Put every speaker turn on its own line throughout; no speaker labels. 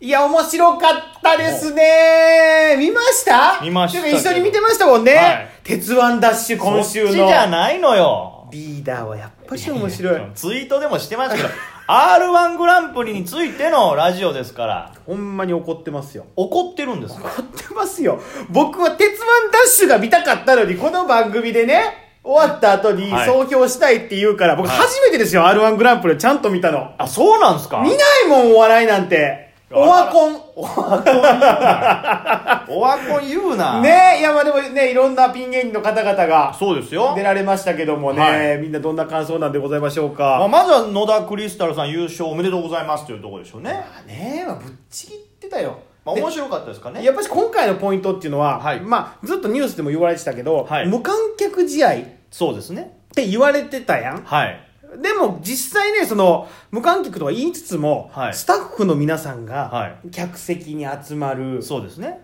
いや、面白かったですね見ました
見ました
でも一緒に見てましたもんね。
はい
鉄腕ダッシュ今週
そ
の
っちじ。ゃないのよ。
リーダーはやっぱし面白い。
ツイートでもしてましたけど、R1 グランプリについてのラジオですから、
ほんまに怒ってますよ。
怒ってるんですか
怒ってますよ。僕は鉄腕ダッシュが見たかったのに、この番組でね、終わった後に
はい
総評したいって言うから、僕
はい
初めてですよ、R1 グランプリをちゃんと見たの。
あ、そうなんですか
見ないもん、お笑いなんて。オワコン。
オワコン言うな。。
ねえ、いやまあでもね、いろんなピン芸人の方々が
そうですよ
出。られましたけどもね、
はい
みんなどんな感想なんでございましょう
まあ、
か。
まずは野田クリスタルさん優勝おめでとうございますというところでしょうね。
まあねえ、まあ、ぶっちぎってたよ。
まあ、
で
面白かったですかね。
やっぱし今回のポイントっていうのは、
はい
まあずっとニュースでも言われてたけど、
はい
無観客試合っ
そうですね。
て言われてたやん。
はい。
でも実際ね、その、無観客とは言いつつも、
はい
スタッフの皆さん
は
が、客席に集まる、
そうですね。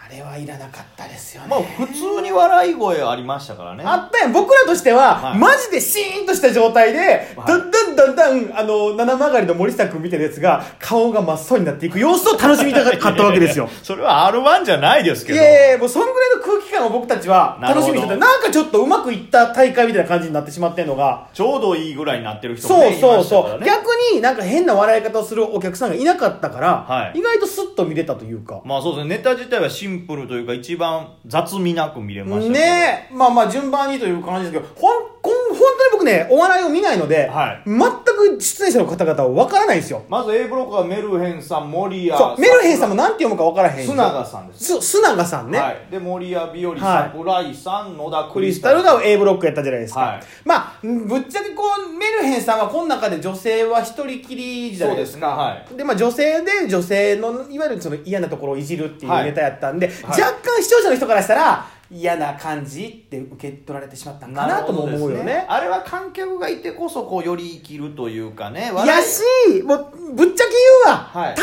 あれはいらなかったですよね。
まあ、普通に笑い声ありましたからね。
あったやん僕らとしては、
はい
マジでシーンとした状態で、
はい
だんだんだんだん、あの、七曲がりの森下君みたいなやつが、顔が真っ青になっていく様子を楽しみたかったわけ ですよ。
それは R1 じゃないです
い
けど。
やいやもうそんぐらいの空気感を僕たちは楽しみにしてた。
な
なんかちょっとうまくいった大会みたいな感じになってしまってんのが、
ちょうどいいぐらいになってる人も、
そう
ね、
そうそ
いましたから
う。
ね
逆になんか変な笑い方をするお客さんがいなかったから、
はい
意外とスッと見れたというか。
まあそうですね、ネタ自体はシンプルというか、一番雑味なく見れましたけど
ねえ、まあまあ順番にという感じですけど、ほん、こん、本当に僕ね、お笑いを見ないので、
はい
全く出演者の方々は分からないんですよ。
まず A ブロックはメルヘンさん、森谷
そう、メルヘンさんもなんて読むか分からへん。
須永さんです。
す。す、須永さんね。
はい、で、森谷日和
は
さ
い
ん、浦井さん、野田
ク
ク
リ
リ
ス
ス
タ
タ
ル
ル。
が A ブロックやったじゃないですか。
はい
まあ、んぶっちゃけこう、メルヘンさんはこの中で女性は一人きりじゃないですか。
そうですね
で、まあ女性で女性の、いわゆるその嫌なところをいじるっていう
はい
ネタやったんで、
はい
若干視聴者の人からしたら、嫌な感じって受け取られてしまったんかなとも
る
思
ほ
う
ど
よ
です
ね。
あれは観客がいてこそ、こう、より生きるというかね。
いや
笑い
し、もう、ぶっちゃけ言うわ、
はい
大会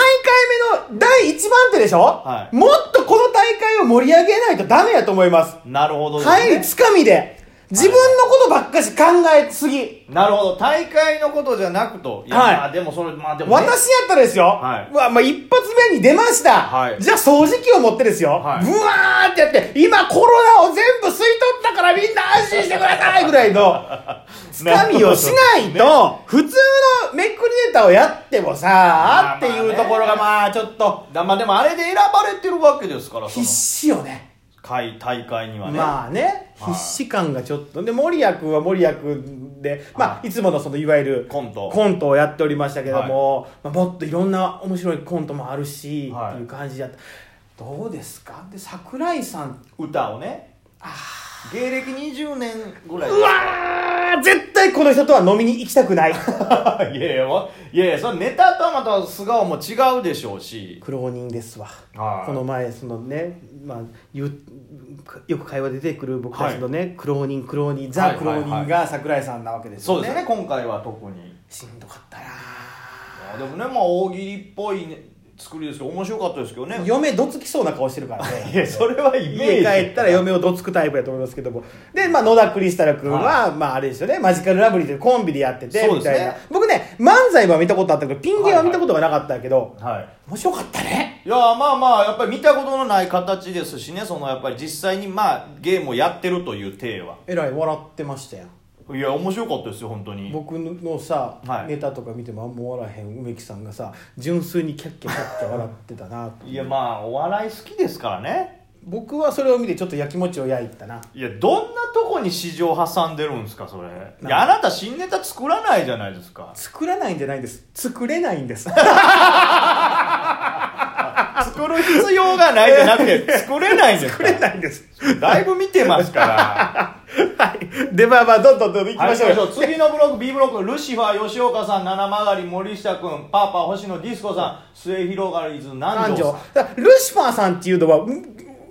目の第1番手でしょ、
はい
もっとこの大会を盛り上げないとダメやと思います。
なるほどですね。
入りつかみで、自分のことばっかし考えすぎ。
なるほど。大会のことじゃなくと。いや、
はい
まあでもそれ、まあでも、ね。
私やったらですよ。
はいう
わ、まあ、一発目に出ました。
はい
じゃあ掃除機を持ってですよ。
はい
ブワーってやって、今コロナを全部吸い取ったからみんな安心してくださいぐらい の、つかみをしないと、普通のめくりネタをやっても
ま
さ
あ
っていうところがまあちょっと、
だまあでもあれで選ばれてるわけですから、
必
その、
死よね。
会大会にはね。
まあね、
はい
必死感がちょっと。で、森谷君は森谷君で、ま
は
あ、いつものその、いわゆる、
コント
コントをやっておりましたけども、まあ、もっといろんな面白いコントもあるし、
はい
っていう感じだった。どうですかで、桜井さん、
歌をね芸歴20年ぐらいう
わー絶対この人とは飲みに行きたくない。
いやいやわいやいやそれネタとはまた素顔も違うでしょうし
苦労人ですわ。
はい
この前、そのね、まあ、ゆよく会話で出てくる僕たちのね、苦労人、苦労人、
は
ザ・
い
苦
はいは
労
い
人が桜井さんなわけです
そ
よ
う
ね。
ですね今回は特にい
しんどかったな
やでもねまあ大喜利っぽい、ね、作りですけど面白かったですけど ね
嫁どつきそうな顔してるから
いや
ね
それはイメー
家
ジ
帰ったら嫁をどつくタイプやと思いますけどもで、まあ、野田クリスタル君は、
は
まあ、あれですよねマジカルラブリーというコンビでやってて
そう
み
ですね
たいな、僕ね漫才は見たことあったけどピン芸は見たことがなかったけど、
はい
面白かったね
いやまあまあやっぱり見たことのない形ですしねそのやっぱり実際にまあゲームをやってるという体は
えらい笑ってましたよ
いや面白かったですよ本当に
僕のさ、
はい
ネタとか見てもあんま笑わへん梅木さんがさ純粋にキャッキャキャッキャ笑ってたなと
いやまあお笑い好きですからね
僕はそれを見てちょっとやきもちを焼いたない
や、どんなとこに市場挟んでるんですか、それ。い
な
や、あなた新ネタ作らないじゃないですか。
作らないんじゃないんです作れないんです
作る必要がないじゃなくて、 作れないんです
作
か
れないん です。
だいぶ見てますから。
はい。で、まあまあ、どんどんどん どん行きましょうよ。
はい次のブロック、B ブロック、ルシファー、吉岡さん、七曲り、森下くん、パーパー、星野、ディスコさん、末広がりず、南
男
條さ
女
ん。。
だからルシファーさんっていうのは、ん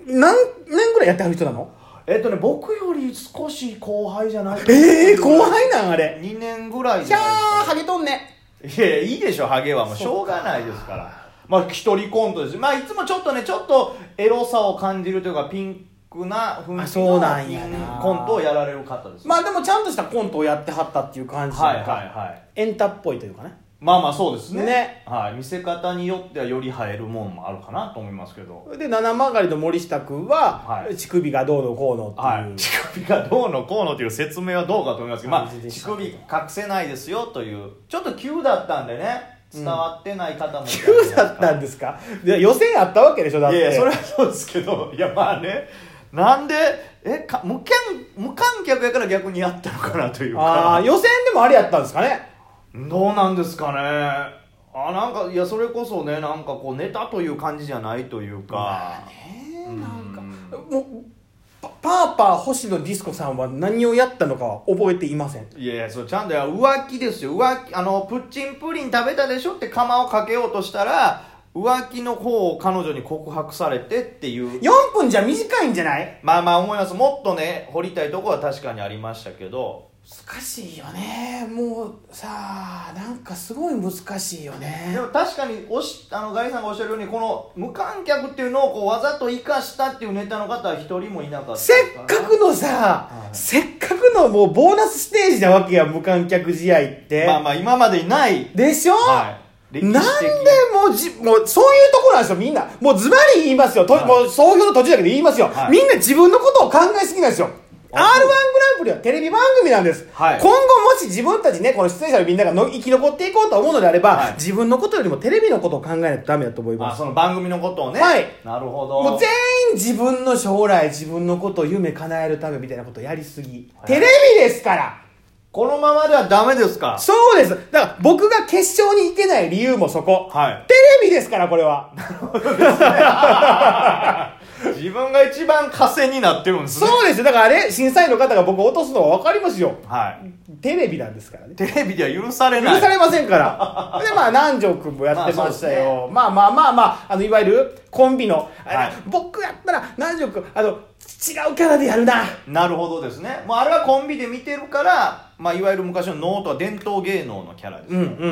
何年ぐらいやってはる人なの
えっとね、僕より少し後輩じゃない
ええ後輩なんあれ。
?2 年ぐらい
い
じ
や
ゃ
ー、
ないですか。
ハゲとんね。
いやいやいいでしょハゲはもうしょうがないですからまあ一人コントですまあいつもちょっとねちょっとエロさを感じるというかピンクな雰
あ
囲気
そう
の
なんやな
ピンコントをやられる方です
まあでもちゃんとしたコントをやってはったっていう感じ
はい
な
は
ん
い
か
は
エンタっぽいというかね。
いまあまあそうですね
ね
はい、見せ方によってはより映えるもんもあるかなと思いますけど、
で七曲りの森下君は、
はい
乳首がどうのこうのっていう、
はい、乳首がどうのこうのという説明はどうかと思いますけど、まあ、
感じでし
乳
た
首隠せないですよというちょっと急だったんでね伝わってない方もいたりとか
9だったんですかで予選あったわけでしょだって
いやいやそれはそうですけどいやまあねなんでえか無観無観客やから逆にやったのかなという
あ
か
あ予選でもあれやったんですかね
どうなんですかねあなんかいやそれこそねなんかこうネタという感じじゃないというか、
え
うん
もうパパーパー星野ディスコさんは何をやったのかは覚えていません
いやいやそうちゃんといや浮気ですよ浮気あのプッチンプリン食べたでしょって釜をかけようとしたら浮気の方を彼女に告白されてっていう
4分じゃ短いんじゃない
まあまあ思いますもっとね掘りたいとこは確かにありましたけど
難しいよねもうさあなんかすごい難しいよね
でも確かにおしあのガリさんがおっしゃるようにこの無観客っていうのをこうわざと生かしたっていうネタの方は一人もいなかった
せっかくのさ、
はい
せっかくのもうボーナスステージなわけや無観客試合って、
まあまあ今までいない、
でしょ、
はい、歴史的
なんでもうじもうそういうところなんですよみんなもうズバリ言いますよ、と
はい
もう創業の途中だけど言いますよ、
はい
みんな自分のことを考えすぎなんですよ r 1グ
あ
ラ
そう
ンプリはテレビ番組なんです、
はい
今後もし自分たちねこの出演者のみんながの生き残っていこうと思うのであれば、
はい
自分のことよりもテレビのことを考えないとダメだと思いま
あ
す
その番組のことをね
はい
なるほど
もう全員自分の将来自分のことを夢叶えるためみたいなことをやりすぎ、
はい
テレビですから
このままではダメですか
そうですだから僕が決勝に行けない理由もそこ、
はい
テレビですからこれは
自分が一番火星になってるんですね
そうですよだからあれ審査員の方が僕を落とすのは分かりますよ
はい
テレビなんですからね
テレビでは許され
許
ない
されませんからでまあ南條君もやってましたよ、まあまあまあまああのいわゆるコンビの、あれ
はい
僕やったら南條君あの違うキャラでやるな
なるほどですねもうあれはコンビで見てるから、まあ、いわゆる昔の能とは伝統芸能のキャラです、
うんうんうんう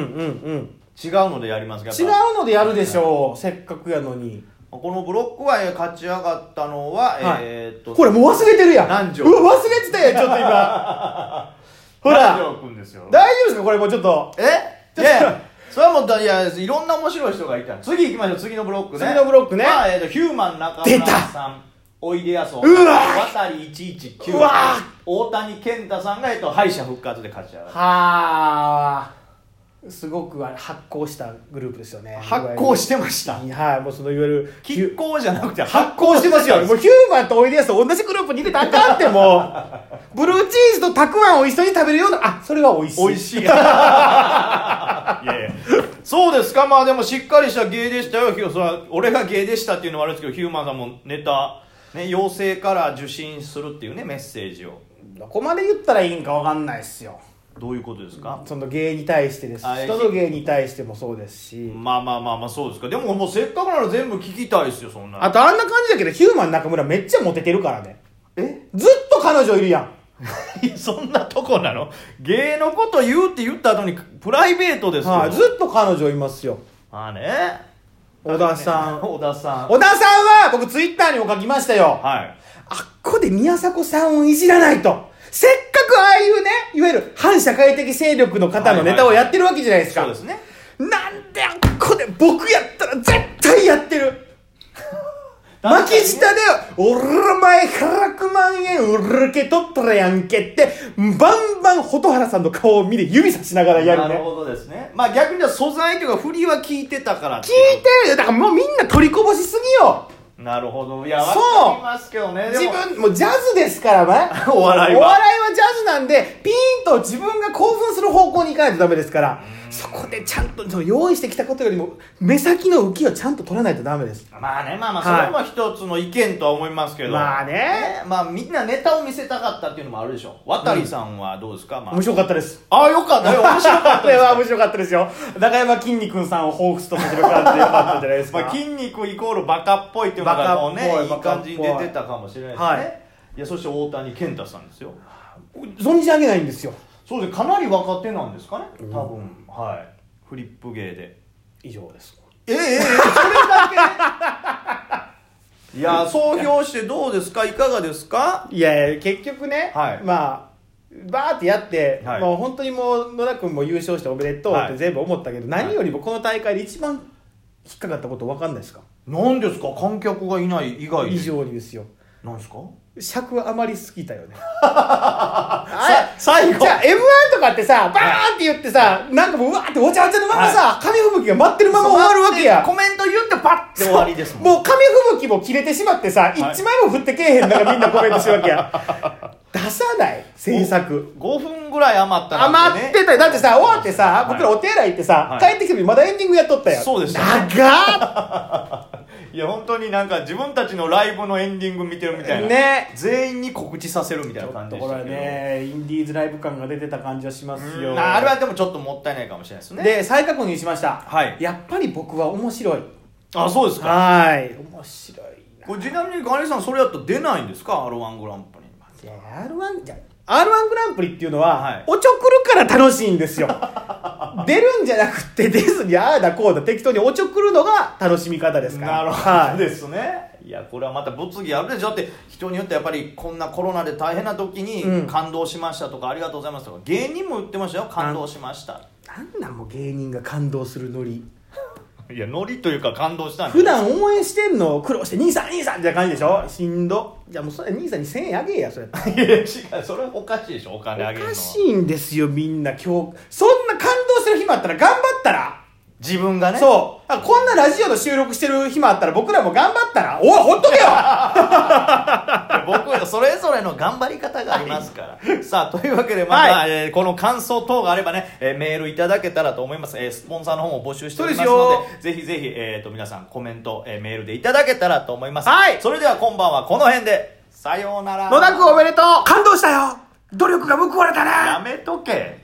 ん
違うのでやりますが
違うのでやるでしょうせっかくやのに
このブロックは勝ち上がったのは、
はい
えーっと
これもう忘れてるやん
南條
うわ忘れてたやんちょっと今 ほら
南條君ですよ
大丈夫ですかこれもうちょっと
えいやそれはもうだいやいろんな面白い人がいた次行きましょう次のブロックね
次のブロックね
まあえーっとヒューマン中
出
村
た
さんおいでやそう
うわ
渡り119
うわ
大谷健太さんが、えーっと敗者復活で勝ち上がっ
は
た
あすごくあれ発行したグループですよね
発行してました
はいもうそのいわゆるヒ
拮
ュ
抗じゃなくて
発行してますよもうヒューマンとおいでやすと同じグループに入れたらあかんっても うブルーチーズとたくあんを一緒に食べるようなあそれは美味しい
美味 しいいやいやそうですかまあでもしっかりした芸でしたよひよそれは俺が芸でしたっていうのもあるんですけどヒューマンさんもネタ、ね、養成から受信するっていうねメッセージを
どこまで言ったらいいんかわかんないっすよ
どういうことですか、
その芸に対してです
あ
人の芸に対してもそうですし
まあまあまあまあそうですかでももうせっかくなら全部聞きたいですよそんな
あとあんな感じだけどヒューマン中村めっちゃモテてるからね
え
ずっと彼女いるやん
そんなとこなの芸のこと言うって言った後にプライベートですよ、
はい、ずっと彼女いますよ
まあね
小田さん
小田さん
小田さんは僕ツイッターにも書きましたよ
はい
あっこで宮迫さんをいじらないとせっかくああいうねいわゆる反社会的勢力の方のネタをやってるわけじゃないですか、
そうですね
なんであっこで僕やったら絶対やってる巻き舌で「おら前100万円うるけ取ったらやんけ」ってバンバン蛍原さんの顔を見て指さしながらやる
な
ね
るほどですねまあ逆に言うと素材というか振りは聞いてたからって
聞
いう
いてるよだからもうみんな取りこぼしすぎよ
なるほどいやわ
そ
か
う
りますけどねで
自
も
分もうジャズですからね
お笑いは
お笑いはジャズなんでピーンと自分が興奮する方向に行かないとダメですからそこでちゃんとその用意してきたことよりも目先の浮きをちゃんと取らないとダメです
まあねまあまあそ
はい
れも一つの意見とは思いますけど、
まあね
まあみんなネタを見せたかったっていうのもあるでしょ渡さんはどうですか、まあ
面白かったです
ああよかったよ 面白かった
これは面白かったですよ中山きんに君さんを彷彿とさせる感じでよかったんじゃないですか、
まあ、筋肉イコールバカっぽいっていうのがこうねいい
バカっ
感
ぽい
じに出てたかもしれないですね、
はい
い、やそして大谷健太さんですよ
存じ上げないんですよ
そうですかなり若手なんですかね多分、はいフリップ芸で
以上です
ええええそれだけ いや総評してどうですかいかがですか
いやいや結局ね、
はい
まあバーってやって、
はい
もう本当にもう野田君も優勝しておめでとうっ
は
て
い
全部思ったけど、
い
何よりもこの大会で一番引っかかったこと分かんないですか
何ですか観客がいない以外で
以上にですよ
なんですか
尺余りすぎたよね
さ最後
じゃあ m 1とかってさバーンって言ってさなんかもううわーってわちゃわちゃのままさ、紙吹雪が待ってるまま終わるわけや
コメント言ってパッて終わりですもん
もう紙吹雪も切れてしまってさ、一枚も振ってけえへんからみんなコメントしてるわけや出さない制作
5分ぐらい余ったなん
余ってたよだってさ終わってさ僕らお手洗い行ってさ
はい
帰ってきてまだエンディングやっとったよ
そうでした
長っ
いや本当になんか自分たちのライブのエンディング見てるみたいな
ね
全員に告知させるみたいな感じ
と
で
こ
し
ろ
た
は
けど
ねインディーズライブ感が出てた感じはします
う
よ
んああれはでもちょっともったいないかもしれないですね
で再確認しました
はい
やっぱり僕は面白い
あそうですか
はい面白いな
これちなみにガネさんそれやったら出ないんですか r 1グランプリに
R1 じゃ R1 グランプリっていうのは、
はい
おちょくるから楽しいんですよ出るんじゃなくて出ずにああだこうだ適当におちょくるのが楽しみ方ですから
なる
はい
ほどですねいやこれはまた物議あるでしょだって人によってやっぱりこんなコロナで大変な時
う
に
ん
感動しましたとかありがとうございますとか芸人も言ってましたよ感動しました
なんなんもう芸人が感動するノリ
いやノリというか感動したんで
普段応援してんの苦労して「兄さん兄さん」みたいな感じでしょしんどじゃあもうそれ兄さんに1000円あげえやそれ
いや違うそれおかしいでしょお
お
金あげるのは
かしいんですよみんな今日そんな感動する暇あったら頑張ったら
自分がね
そうあこんなラジオの収録してる暇あったら僕らも頑張ったらおいほっとけ よ
僕らそれぞれの頑張り方がありますから。さあ、というわけで、また、
は
えーこの感想等があればね、えーメールいただけたらと思います。えースポンサーの方も募集しております
そうで
ので、ぜひぜひ、えーと、皆さんコメント、えーメールでいただけたらと思います。
はい
それでは、今晩はこの辺で、さようなら。
野田君おめでとう感動したよ努力が報われたね
やめとけ。